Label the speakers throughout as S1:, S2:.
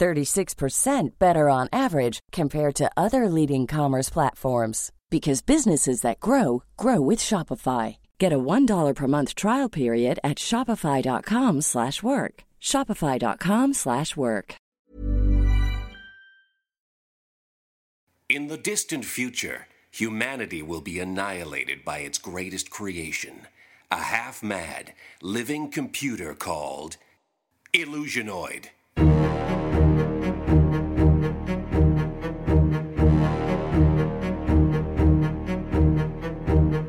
S1: 36% better on average compared to other leading commerce platforms because businesses that grow grow with Shopify. Get a $1 per month trial period at shopify.com/work. slash work. shopify.com/work. slash work.
S2: In the distant future, humanity will be annihilated by its greatest creation a half mad, living computer called Illusionoid.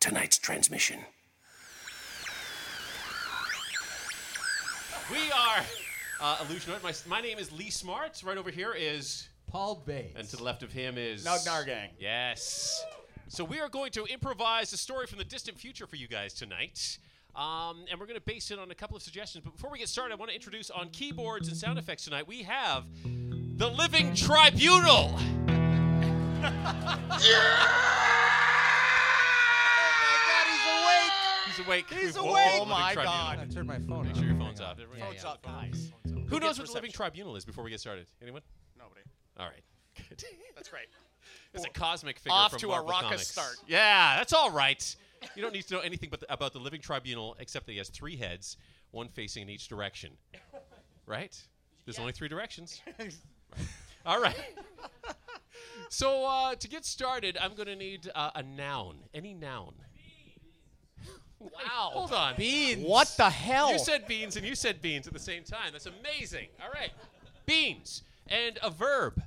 S2: tonight's transmission.
S3: We are uh, Illusionoid. My, my name is Lee Smart. Right over here is
S4: Paul Bates.
S3: And to the left of him is.
S4: Nognar-gang.
S3: Yes. So we are going to improvise a story from the distant future for you guys tonight. Um, and we're going to base it on a couple of suggestions. But before we get started, I want to introduce on keyboards and sound effects tonight, we have the Living
S4: Oh
S3: Tribunal. He's awake.
S4: He's
S3: We've woken
S4: awake.
S3: the
S4: Oh
S3: Living
S4: my
S3: Tribunal.
S4: God. I turned my phone
S3: Make
S4: off.
S3: sure your phone's off. Everyone-
S4: Phone's up, guys.
S3: Who knows what the Living Tribunal is before we get started? Anyone?
S5: Nobody.
S3: All right. Good.
S5: That's great.
S3: It's a cosmic figure
S5: Off
S3: from
S5: to a
S3: Marvel
S5: raucous
S3: Comics.
S5: start.
S3: Yeah, that's all right. You don't need to know anything but the, about the Living Tribunal except that he has three heads, one facing in each direction. Right? There's only three directions. Right. All right. So uh, to get started, I'm going to need uh, a noun. Any noun. Wow. Hold on. Beans.
S4: What the hell?
S3: You said beans and you said beans at the same time. That's amazing. All right. Beans and a verb.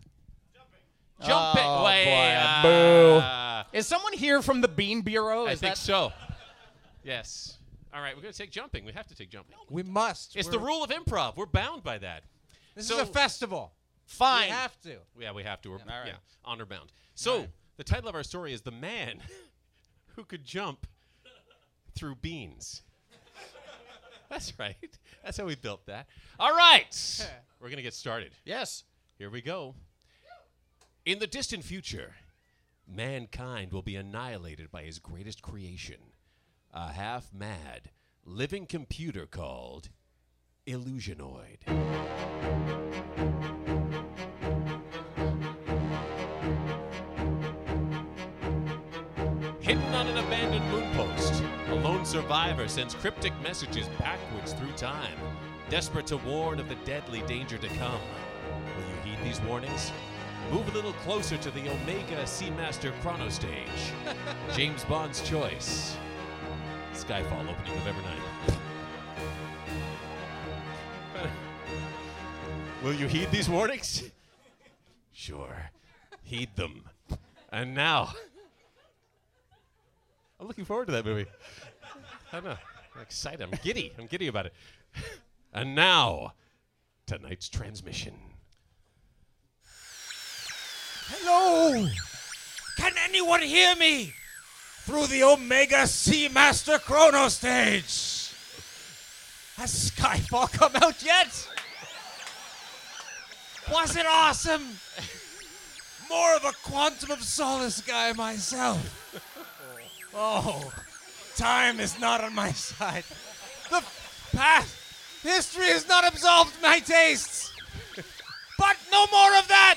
S3: Jumping.
S4: Oh,
S3: Way,
S4: boy.
S3: uh,
S4: Boo. Is someone here from the Bean Bureau?
S3: I
S4: Is
S3: think
S4: that-
S3: so. Yes. All right, we're going to take jumping. We have to take jumping.
S4: We must.
S3: It's the
S4: We're-
S3: rule of improv. We're bound by that.
S4: This
S3: so-
S4: is a festival.
S3: Fine.
S4: We have to.
S3: Yeah, we have to. We're, yeah,
S4: all right.
S3: honor bound. So, the title of our story is The Man Who Could Jump Through Beans. That's right. That's how we built that. All right. We're going to get started.
S4: Yes.
S3: Here we go. In the distant future, mankind will be annihilated by his greatest creation a half mad, living computer called Illusionoid. Hidden on an abandoned moonpost, a lone survivor sends cryptic messages backwards through time, desperate to warn of the deadly danger to come. Will you heed these warnings? Move a little closer to the Omega Seamaster Chrono Stage. James Bond's choice. Skyfall opening November 9th. Will you heed these warnings? Sure. Heed them. And now. I'm looking forward to that movie. I don't know. I'm excited. I'm giddy. I'm giddy about it. And now, tonight's transmission.
S4: Hello. Can anyone hear me? Through the Omega Seamaster Chrono Stage. Has Skyfall come out yet? Was it awesome? More of a Quantum of Solace guy myself. Oh, time is not on my side. The past history has not absolved my tastes. But no more of that.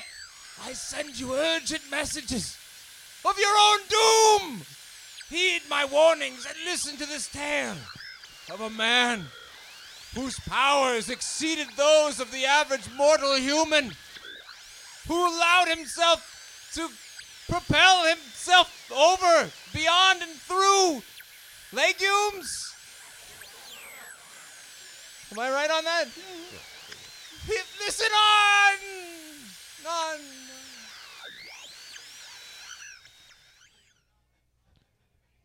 S4: I send you urgent messages of your own doom. Heed my warnings and listen to this tale of a man whose powers exceeded those of the average mortal human. who allowed himself to propel himself over, beyond, and through legumes. Am I right on that? Hi- Listen on! On.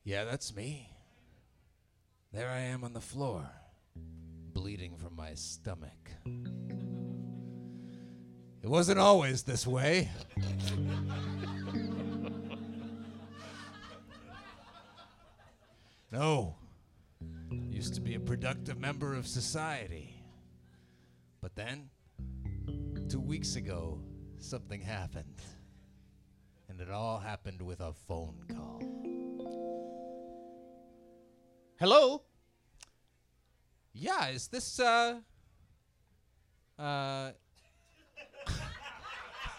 S4: Yeah, that's me. There I am on the floor, bleeding from my stomach. It wasn't always this way. no. Used to be a productive member of society. But then, two weeks ago, something happened. And it all happened with a phone call. Hello? Yeah, is this, uh. Uh.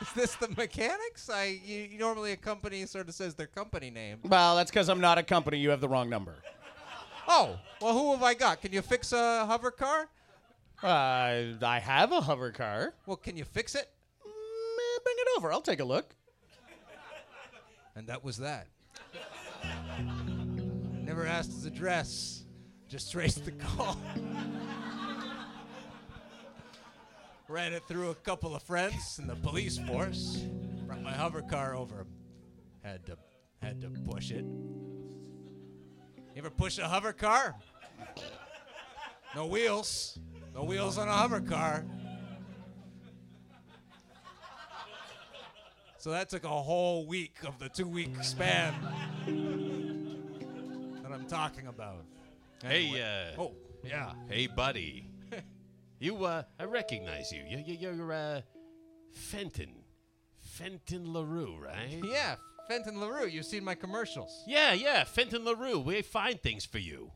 S4: Is this the mechanics? I you, you normally a company sort of says their company name.
S5: Well, that's because I'm not a company. You have the wrong number.
S4: Oh, well, who have I got? Can you fix a hover car?
S5: Uh, I have a hover car.
S4: Well, can you fix it?
S5: Mm, bring it over. I'll take a look.
S4: And that was that. Never asked his address, just traced the call. Ran it through a couple of friends and the police force. Brought my hover car over. Had to had to push it. You ever push a hover car? No wheels. No wheels on a hover car. So that took a whole week of the two week span that I'm talking about.
S3: Hey,
S4: Anyway.
S3: uh,
S4: Oh, yeah.
S3: hey, buddy. you, uh, I recognize you. You, you you're uh, Fenton, Fenton Larue, right?
S4: Yeah, Fenton LaRue, you've seen my commercials.
S3: Yeah, yeah, Fenton Larue. We find things for you.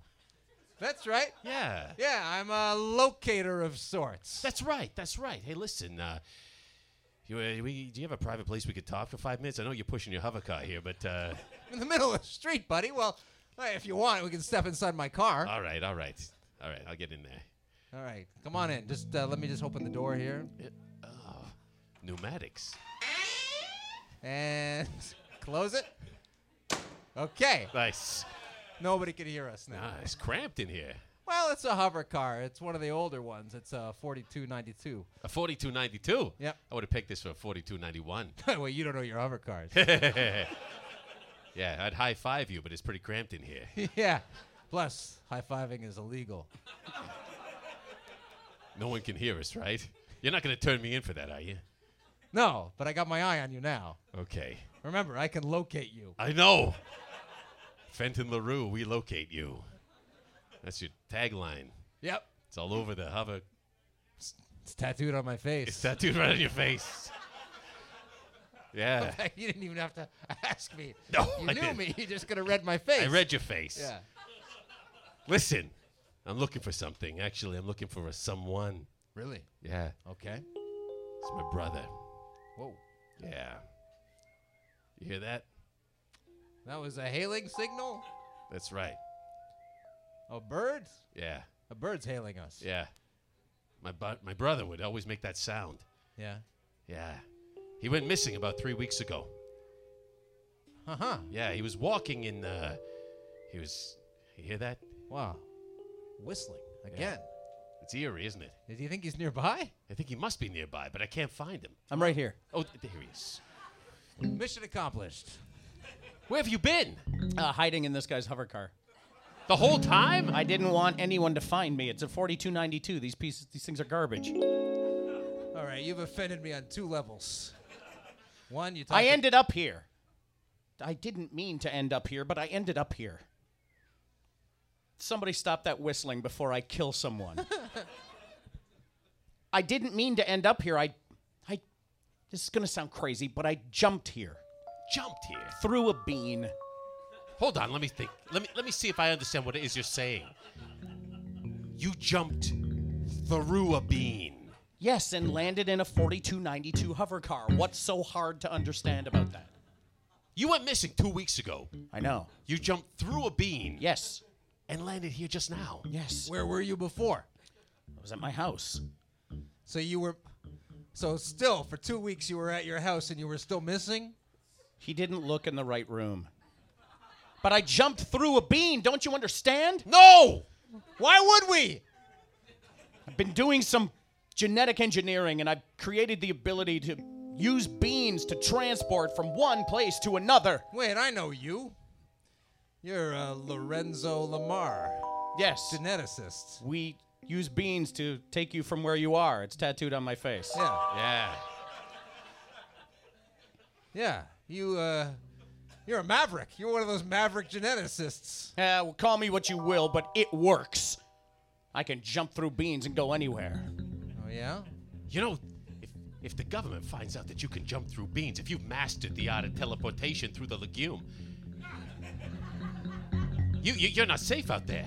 S4: That's right.
S3: Yeah.
S4: Yeah, I'm a locator of sorts.
S3: That's right. That's right. Hey, listen. Uh, you, uh, we, do you have a private place we could talk for five minutes? I know you're pushing your hover car here, but uh,
S4: In the middle of the street, buddy. Well, hey, if you want, we can step inside my car.
S3: all right, all right, all right. I'll get in there.
S4: All right, come on in. Just uh, let me just open the door here.
S3: Pneumatics.
S4: And close it. Okay,
S3: Nice.
S4: nobody can hear us now.
S3: Nice. Cramped in here.
S4: Well, it's a hover car. It's one of the older ones. It's a 4292.
S3: A 4292.
S4: Yep.
S3: I would have picked this for a 4291.
S4: well, you don't know your hover cars.
S3: yeah, I'd high five you, but it's pretty cramped in here.
S4: yeah. Plus, high fiving is illegal.
S3: No one can hear us, right? You're not going to turn me in for that, are you?
S4: No, but I got my eye on you now.
S3: Okay.
S4: Remember, I can locate you.
S3: I know. Fenton LaRue, we locate you. That's your tagline.
S4: Yep.
S3: It's all over the hover.
S4: It's tattooed on my face.
S3: It's tattooed right on your face. Yeah.
S4: you didn't even have to ask me.
S3: No,
S4: you
S3: I
S4: knew
S3: didn't.
S4: me. You just could have read my face.
S3: I read your face.
S4: Yeah.
S3: Listen, I'm looking for something. Actually, I'm looking for a someone.
S4: Really?
S3: Yeah.
S4: Okay.
S3: It's my brother.
S4: Whoa.
S3: Yeah. You hear that?
S4: That was a hailing signal.
S3: That's right.
S4: A bird?
S3: Yeah.
S4: A bird's hailing us.
S3: Yeah. My, bu- my brother would always make that sound.
S4: Yeah.
S3: Yeah. He went missing about three weeks ago.
S4: Uh huh.
S3: Yeah, he was walking in the. He was. You hear that?
S4: Wow. Whistling again.
S3: It's eerie, isn't it?
S4: Do you think he's nearby?
S3: I think he must be nearby, but I can't find him.
S5: I'm right here.
S3: Oh, th- there he is.
S4: Mission accomplished.
S3: Where have you been?
S5: Uh, hiding in this guy's hover car.
S3: The whole time?
S5: I didn't want anyone to find me. It's a 4292. These pieces, these things are garbage.
S4: All right, you've offended me on two levels. One, you.
S5: I
S4: talked-
S5: ended up here. I didn't mean to end up here, but I ended up here. Somebody stop that whistling before I kill someone. I didn't mean to end up here. I I this is going to sound crazy, but I jumped here
S3: Jumped here.
S5: through a bean.
S3: Hold on, let me think. Let me let me see if I understand what it is you're saying. You jumped through a bean.
S5: Yes, and landed in a 4292 hover car. What's so hard to understand about that?
S3: You went missing two weeks ago.
S5: I know.
S3: You jumped through a bean
S5: Yes.
S3: and landed here just now.
S5: Yes.
S4: Where were you before?
S5: I was at my house.
S4: So you were. So still, for two weeks you were at your house and you were still missing.
S5: He didn't look in the right room. But I jumped through a bean, don't you understand?
S4: No. Why would we?
S5: I've been doing some genetic engineering and I've created the ability to use beans to transport from one place to another.
S4: Wait, I know you. You're uh, Lorenzo Lamar,
S5: Yes.
S4: geneticist.
S5: We use beans to take you from where you are. It's tattooed on my face.
S4: Yeah,
S3: Yeah.
S4: yeah. You, uh, you're a maverick. You're one of those maverick geneticists.
S5: Eh, well, call me what you will, but it works. I can jump through beans and go anywhere.
S4: Oh yeah.
S3: You know, if, if the government finds out that you can jump through beans, if you've mastered the art of teleportation through the legume, you, you, you're not safe out there.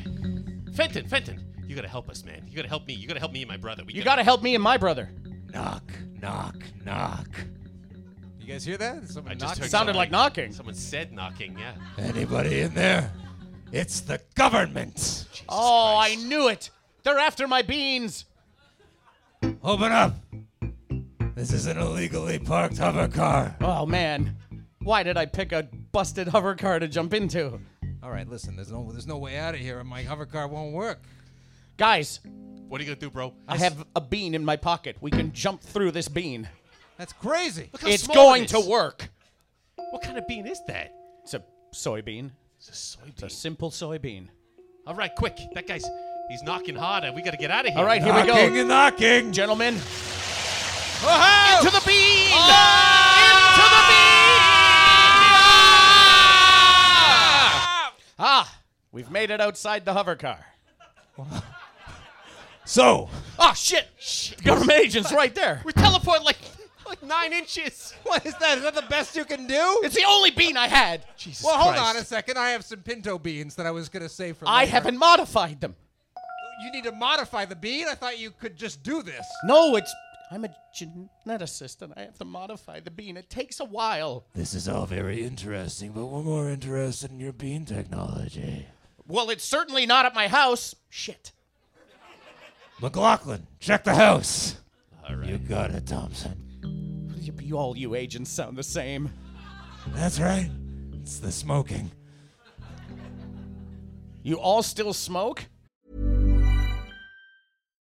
S3: Fenton, Fenton, you gotta help us, man. You gotta help me. You gotta help me and my brother. We
S5: You
S3: gotta-
S5: gotta help me and my brother.
S4: Knock, knock, knock. You guys hear that? Someone
S3: I just
S4: knocking?
S3: heard
S5: Sounded like knocking.
S3: Someone said knocking, yeah.
S4: Anybody in there? It's the government.
S3: Jesus
S5: Oh, I
S3: Christ.
S5: knew it. They're after my beans.
S4: Open up. This is an illegally parked hover car.
S5: Oh man, why did I pick a busted hover car to jump into?
S4: All right, listen. There's no, there's no way out of here. My hover car won't work.
S5: Guys,
S3: What are you gonna do, bro?
S5: I have a bean in my pocket. We can jump through this bean.
S4: That's crazy.
S3: Look how
S5: It's
S3: small
S5: going
S3: it
S5: to
S3: is.
S5: work.
S3: What kind of bean is that?
S5: It's a soybean.
S3: It's a soybean.
S5: A simple soybean.
S3: All right, quick. That guy's he's knocking harder. We gotta get out of here.
S5: All right, here we
S4: Knocking
S5: go.
S4: and knocking.
S5: Gentlemen,
S4: Whoa!
S5: to the bean! Ah! Into the bean! Ah, we've made it outside the hover car.
S4: so,
S5: Oh shit! shit. Government agents right there.
S3: We teleport like like nine inches.
S4: what is that? Is that the best you can do?
S5: It's the only bean I had.
S3: Jesus
S4: well, hold
S3: Christ.
S4: on a second. I have some pinto beans that I was gonna save for.
S5: I
S4: later.
S5: haven't modified them.
S4: You need to modify the bean. I thought you could just do this.
S5: No, it's. I'm a geneticist and I have to modify the bean. It takes a while.
S6: This is all very interesting, but we're more interested in your bean technology.
S5: Well, it's certainly not at my house. Shit.
S6: McLaughlin, check the house. All right. You got it, Thompson.
S5: You, you- all you agents sound the same.
S6: That's right. It's the smoking.
S5: You all still smoke?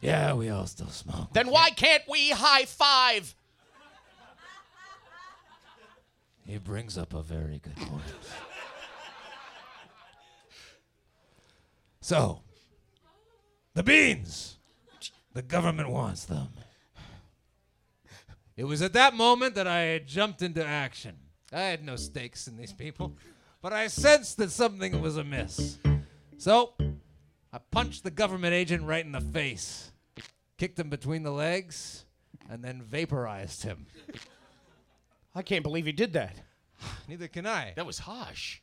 S6: Yeah, we all still smoke.
S5: Then why can't we high five?
S6: He brings up a very good point.
S4: So, the beans.
S6: the government wants them.
S4: It was at that moment that I had jumped into action. I had no stakes in these people, but I sensed that something was amiss. So, I punched the government agent right in the face, kicked him between the legs, and then vaporized him.
S5: I can't believe you did that.
S4: Neither can I.
S3: That was harsh.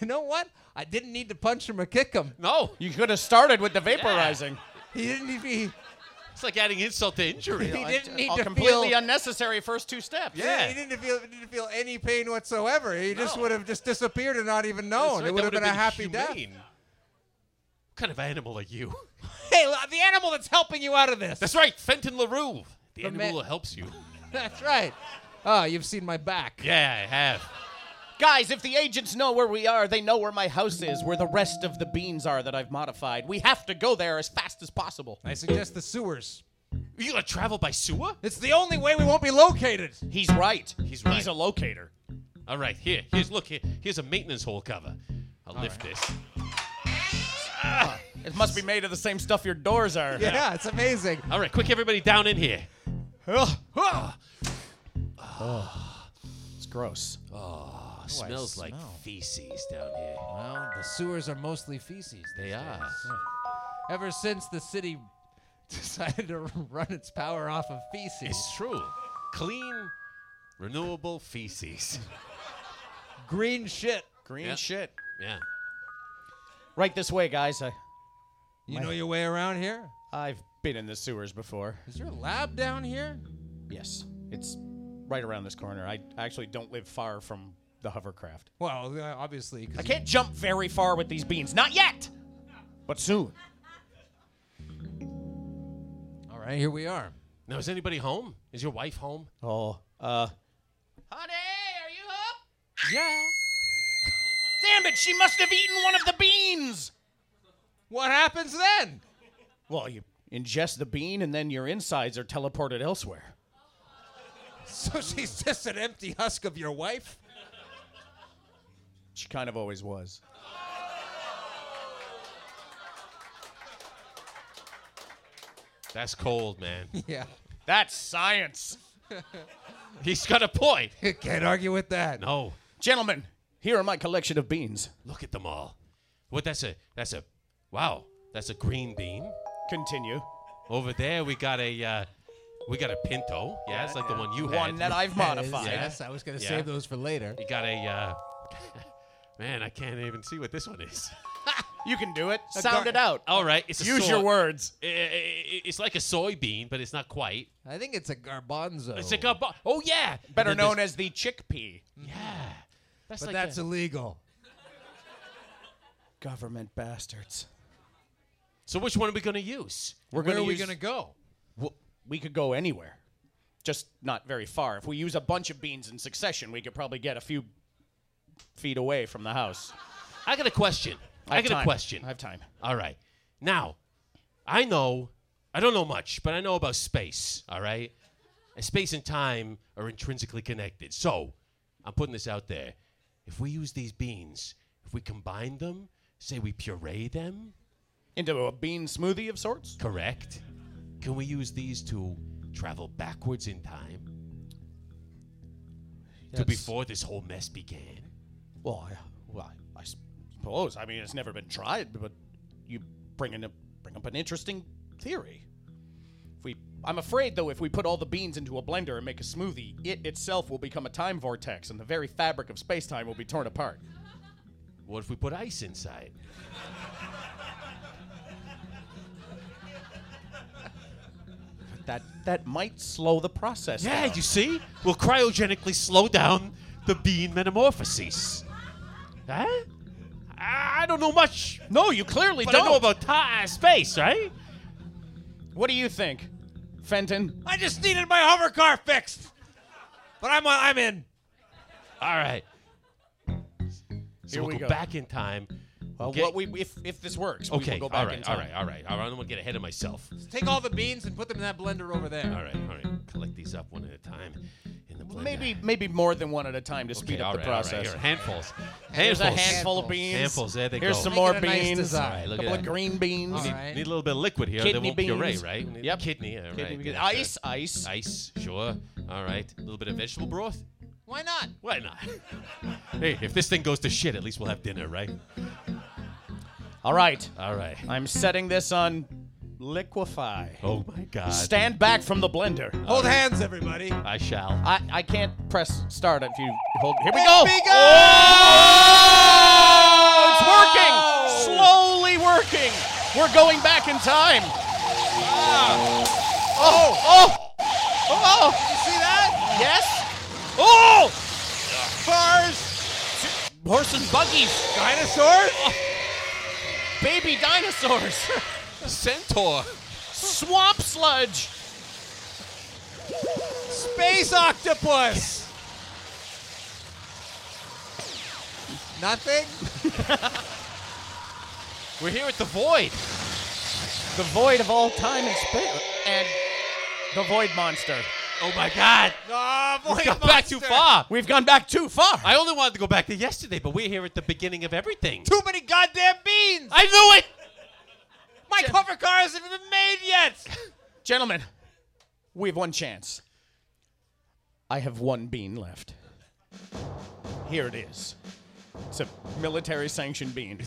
S4: You know what? I didn't need to punch him or kick him.
S3: No,
S5: You could have started with the vaporizing.
S4: He didn't need to be.
S3: it's like adding insult to injury. uh,
S4: He didn't need
S5: All
S4: to
S5: completely
S4: feel.
S5: unnecessary first two steps.
S4: He didn't feel. He didn't feel any pain whatsoever. He just would have just disappeared and not even
S3: That's
S4: known.
S3: right,
S4: it would
S3: that
S4: have been, a happy death.
S3: humane. What kind of animal are you?
S4: Hey, lo- the animal that's helping you out of this.
S3: That's right, Fenton LaRue. The,
S4: ma-
S3: animal that helps you.
S4: That's right. Ah, you've seen my back.
S3: Yeah, I have.
S5: Guys, if the agents know where we are, they know where my house is, where the rest of the beans are that I've modified. We have to go there as fast as possible.
S4: I suggest the sewers.
S3: You gonna travel by sewer?
S4: It's the only way we won't be located.
S5: He's right.
S3: He's right.
S5: He's a locator.
S3: All right, here, here's look here, here's a maintenance hole cover. I'll lift this.
S5: It must be made of the same stuff your doors are.
S4: Yeah, it's amazing.
S3: All right, quick, everybody down in here. Oh,
S5: It's gross.
S3: Oh, smells like feces down here.
S4: Well, the sewers are mostly feces.
S3: They are.
S4: Ever since the city decided to run its power off of feces.
S3: It's true. Clean, renewable feces.
S4: green shit.
S5: Green
S3: Yeah.
S5: shit.
S3: Yeah.
S5: Right this way, guys. I,
S4: You know your way around here?
S5: I've been in the sewers before.
S4: Is your lab down here?
S5: Yes, it's right around this corner. I actually don't live far from the hovercraft.
S4: Well, uh, obviously, 'cause
S5: I can't jump very far with these beans. Not yet, but soon.
S4: you- All right, here we are.
S3: Now, is anybody home? Is your wife home?
S5: Oh, uh. Honey, are you up? Yeah. Damn it, she must have eaten one of the beans!
S4: What happens then?
S5: Well, you ingest the bean and then your insides are teleported elsewhere.
S4: So she's just an empty husk of your wife?
S5: She kind of always was.
S3: That's cold, man.
S4: Yeah.
S5: That's science!
S3: He's got a point.
S4: Can't argue with that.
S3: No,
S5: Gentlemen, here are my collection of beans.
S3: look at them all. What? That's a. That's a. Wow. That's a green bean.
S5: Continue.
S3: Over there, we got a. Uh, we got a pinto. Yeah, it's like the one you had.
S5: One that I've modified.
S4: Yes, I was going to
S3: Yeah.
S4: save those for later.
S3: You got a. Uh, man, I can't even see what this one is.
S5: You can do it. Sound it out.
S3: All right, it's a
S5: Use
S3: soy-
S5: your words.
S3: I- I- I- It's like a soybean, but it's not quite.
S4: I think it's a garbanzo.
S3: It's like a. bo- Oh yeah.
S5: Better
S3: And then
S5: known
S3: there's-
S5: as the chickpea.
S3: Yeah. That's
S4: but
S3: like
S4: that's
S3: a,
S4: illegal.
S5: Government bastards.
S3: so which one are we gonna use?
S5: We're
S4: Where
S5: gonna
S4: are we
S5: use-
S4: going to go?
S5: Well, we could go anywhere, just not very far. If we use a bunch of beans in succession, we could probably get a few feet away from the house.
S3: I got a question. I,
S5: have
S3: got
S5: time.
S3: a question.
S5: I have time.
S3: All right. Now, I know, I don't know much, but I know about space, all right? And space and time are intrinsically connected. So, I'm putting this out there. If we use these beans, if we combine them, say we puree them,
S5: Into a bean smoothie of sorts.
S3: correct? Can we use these to travel backwards in time? To before this whole mess began?
S5: Well, I, well, I suppose. I mean, it's never been tried, but you bring in a, bring up an interesting theory. If we, I'm afraid though, if we put all the beans into a blender and make a smoothie, it itself will become a time vortex, and the very fabric of space-time will be torn apart.
S3: What if we put ice inside?
S5: That that might slow the process.
S3: Yeah,
S5: down.
S3: you see? We'll cryogenically slow down the bean metamorphoses. Huh? I I don't know much,
S5: No, you clearly
S3: but
S5: don't.
S3: I know about ti- space, right?
S5: What do you think, Fenton?
S4: I just needed my hover car fixed. But
S5: uh,
S4: I'm, I'm in.
S3: All right. So
S5: Here
S3: we'll
S5: we
S3: go,
S5: go.
S3: back in time.
S5: Well,
S3: get-
S5: Uh, what we if if this works, we
S3: Okay,
S5: will go
S3: all
S5: back
S3: right,
S5: in
S3: all
S5: time.
S3: right, all right, all right. I don't want to get ahead of myself.
S4: Take all the beans and put them in that blender over there.
S3: All right, all right. Collect these up one at a time in the blender.
S5: Maybe maybe more than one at a time to
S3: Okay,
S5: speed up
S3: all
S5: the
S3: right, all right.
S5: process.
S3: Here, handfuls.
S5: Here's
S3: Handfuls.
S5: a handful of
S4: Handfuls.
S5: beans.
S3: Handfuls, there they
S5: Here's
S3: go.
S5: some
S4: Make
S5: more
S4: it a nice
S5: beans.
S4: design. All
S3: right, look at
S5: couple of
S3: that.
S5: green beans.
S4: All right.
S3: Need a little bit of liquid here.
S5: Kidney
S3: they won't puree,
S5: beans.
S3: right? We need
S5: Yep.
S3: Kidney. all
S5: Kidney
S3: right,
S5: beans.
S3: yeah, sure.
S5: Ice, ice.
S3: Ice, sure. All right. A little bit of vegetable broth.
S4: Why not?
S3: Why not? hey, if this thing goes to shit, at least we'll have dinner, right?
S5: All right.
S3: All right.
S5: I'm setting this on liquefy.
S3: Oh my God.
S5: Stand back from the blender.
S4: Hold hands, everybody.
S3: I shall.
S5: I, I can't press start if you hold. Here we go.
S4: Let me go!
S5: Oh, it's working. Slowly working. We're going back in time. Oh, oh, oh.
S4: You see that?
S5: Yes. Oh,
S4: Cars,
S5: horse and buggies,
S4: dinosaurs.
S5: baby dinosaurs,
S3: Centaur.
S5: swamp sludge.
S4: Space octopus. Nothing?
S3: We're here at the void.
S5: The void of all time and space, and the void monster.
S3: Oh my God.
S4: Ah,
S3: We
S4: void
S3: got back too
S4: monster.
S3: far.
S5: Ah, We've gone back too far.
S3: I only wanted to go back to yesterday, but we're here at the beginning of everything.
S4: Too many goddamn beans.
S3: I knew it.
S4: My cover car hasn't been made yet.
S5: Gentlemen, we have one chance. I have one bean left. Here it is. It's a military sanctioned bean.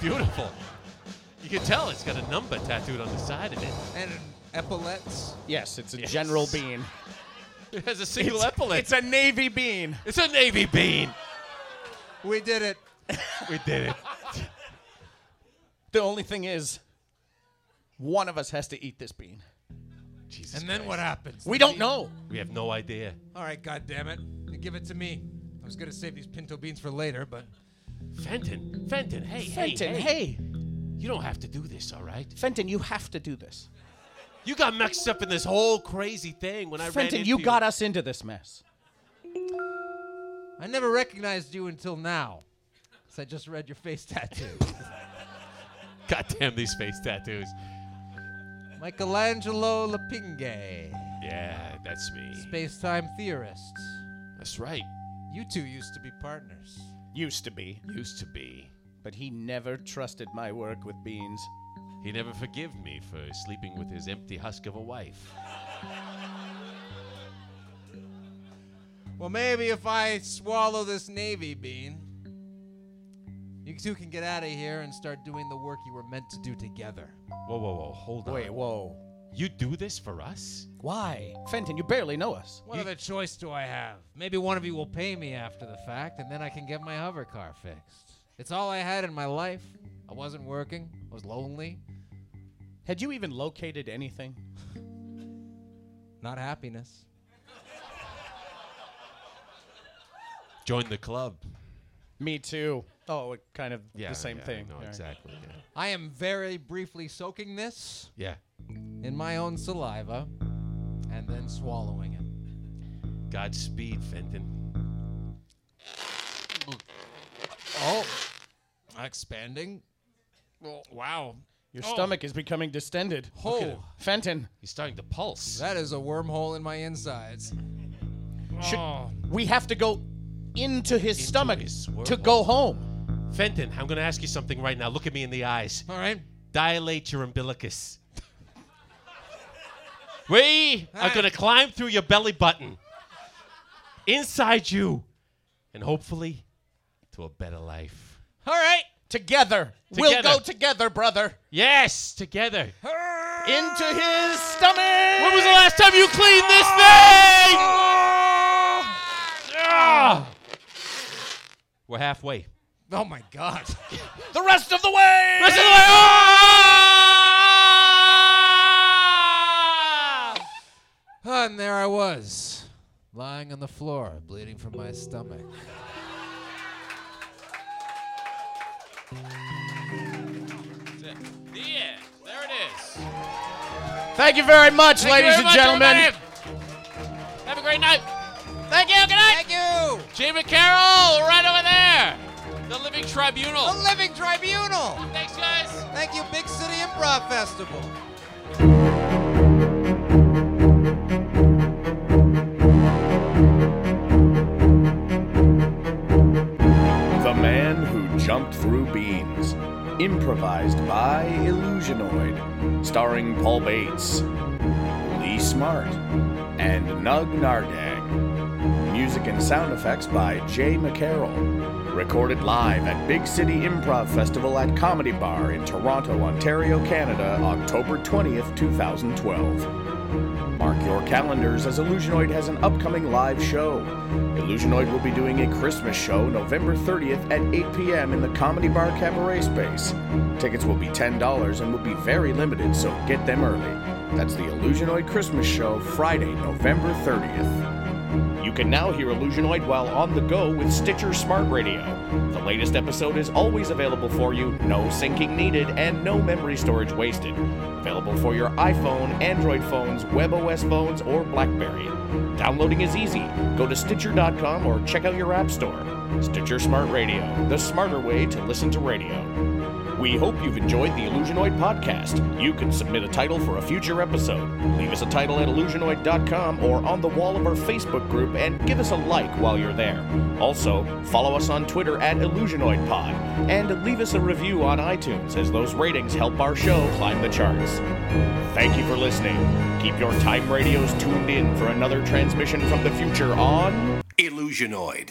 S3: Beautiful. You can tell it's got a number tattooed on the side of it.
S4: And epaulets.
S5: Yes, it's a general bean.
S3: It has a single epaulet.
S5: It's a navy bean.
S3: it's a navy bean.
S4: We did it.
S3: We did it.
S5: The only thing is, one of us has to eat this bean.
S3: Jesus
S4: And then what happens?
S5: We don't know.
S3: We have no idea.
S4: All right, God damn it! You give it to me. I was gonna save these pinto beans for later, but
S3: Fenton, Fenton, hey,
S5: Fenton,
S3: hey,
S5: hey.
S3: You don't have to do this, all right?
S5: Fenton, you have to do this.
S3: You got mixed up in this whole crazy thing when I ran
S5: Fenton,
S3: into
S5: you got us into this mess.
S4: I never recognized you until now. 'cause I just read your face tattoo.
S3: Goddamn these face tattoos.
S4: Michelangelo Lapinge,
S3: Yeah, that's me.
S4: space-time theorist.
S3: That's right.
S4: You two used to be partners.
S5: Used to be.
S3: Used to be.
S5: But he never trusted my work with beans.
S3: He never forgave me for sleeping with his empty husk of a wife.
S4: Well, maybe if I swallow this navy bean, you two can get out of here and start doing the work you were meant to do together.
S3: Whoa, whoa, whoa, hold on.
S5: Wait, whoa.
S3: You do this for us?
S5: Why? Fenton, you barely know us.
S4: What other choice do I have? Maybe one of you will pay me after the fact, and then I can get my hover car fixed. It's all I had in my life. I wasn't working. I was lonely.
S5: Had you even located anything?
S4: Not happiness.
S3: Join the club.
S5: Me too. Oh, kind of
S3: Yeah.
S5: the same
S3: yeah,
S5: thing.
S3: No,
S5: All right.
S3: exactly. Yeah.
S4: I am very briefly soaking this
S3: yeah.
S4: in my own saliva and then swallowing it.
S3: Godspeed, Fenton.
S4: Oh, expanding. Oh, wow.
S5: Your stomach is becoming distended.
S4: Oh.
S5: Fenton,
S3: He's starting to pulse.
S4: That is a wormhole in my insides. Oh.
S5: we have to go into his stomach
S3: his
S5: to
S3: wormhole.
S5: go home.
S3: Fenton, I'm going to ask you something right now. Look at me in the eyes.
S4: All right.
S3: Dilate your umbilicus. we are going to climb through your belly button, inside you, and hopefully to a better life.
S4: All right.
S5: Together. We'll
S3: Together.
S5: go together, brother.
S3: Yes, together.
S5: Into his stomach.
S3: When was the last time you cleaned this thing? Ah. We're halfway.
S4: Oh my God.
S5: The rest of the way.
S3: Rest of the way. Ah!
S4: Ah, and there I was, lying on the floor, bleeding from my stomach.
S3: Yeah, there it is.
S5: Thank you very much, ladies and gentlemen.
S3: Have a great night. Thank you. Good night. Thank you. Jamie Carroll, right over there. The Living Tribunal.
S4: A living tribunal.
S3: Thanks, guys.
S4: Thank you, Big City Improv Festival.
S7: The Man Who Jumped Through Beans. Improvised by Illusionoid. Starring Paul Bates, Lee Smart, and Nug Nardag. Music and sound effects by Jay McCarroll. Recorded live at Big City Improv Festival at Comedy Bar in Toronto, Ontario, Canada, October 20th, 2012. Mark your calendars as Illusionoid has an upcoming live show. Illusionoid will be doing a Christmas show November 30th at 8 p.m. in the Comedy Bar Cabaret space. Tickets will be $10 and will be very limited, so get them early. That's the Illusionoid Christmas show Friday, November 30th. You can now hear Illusionoid while on the go with Stitcher Smart Radio. The latest episode is always available for you, no syncing needed, and no memory storage wasted. Available for your iPhone, Android phones, WebOS phones, or Blackberry. Downloading is easy. Go to Stitcher.com or check out your App Store. Stitcher Smart Radio, the smarter way to listen to radio. We hope you've enjoyed the Illusionoid podcast. You can submit a title for a future episode. Leave us a title at illusionoid.com or on the wall of our Facebook group and give us a like while you're there. Also, follow us on Twitter at IllusionoidPod and leave us a review on iTunes as those ratings help our show climb the charts. Thank you for listening. Keep your time radios tuned in for another transmission from the future on
S2: Illusionoid.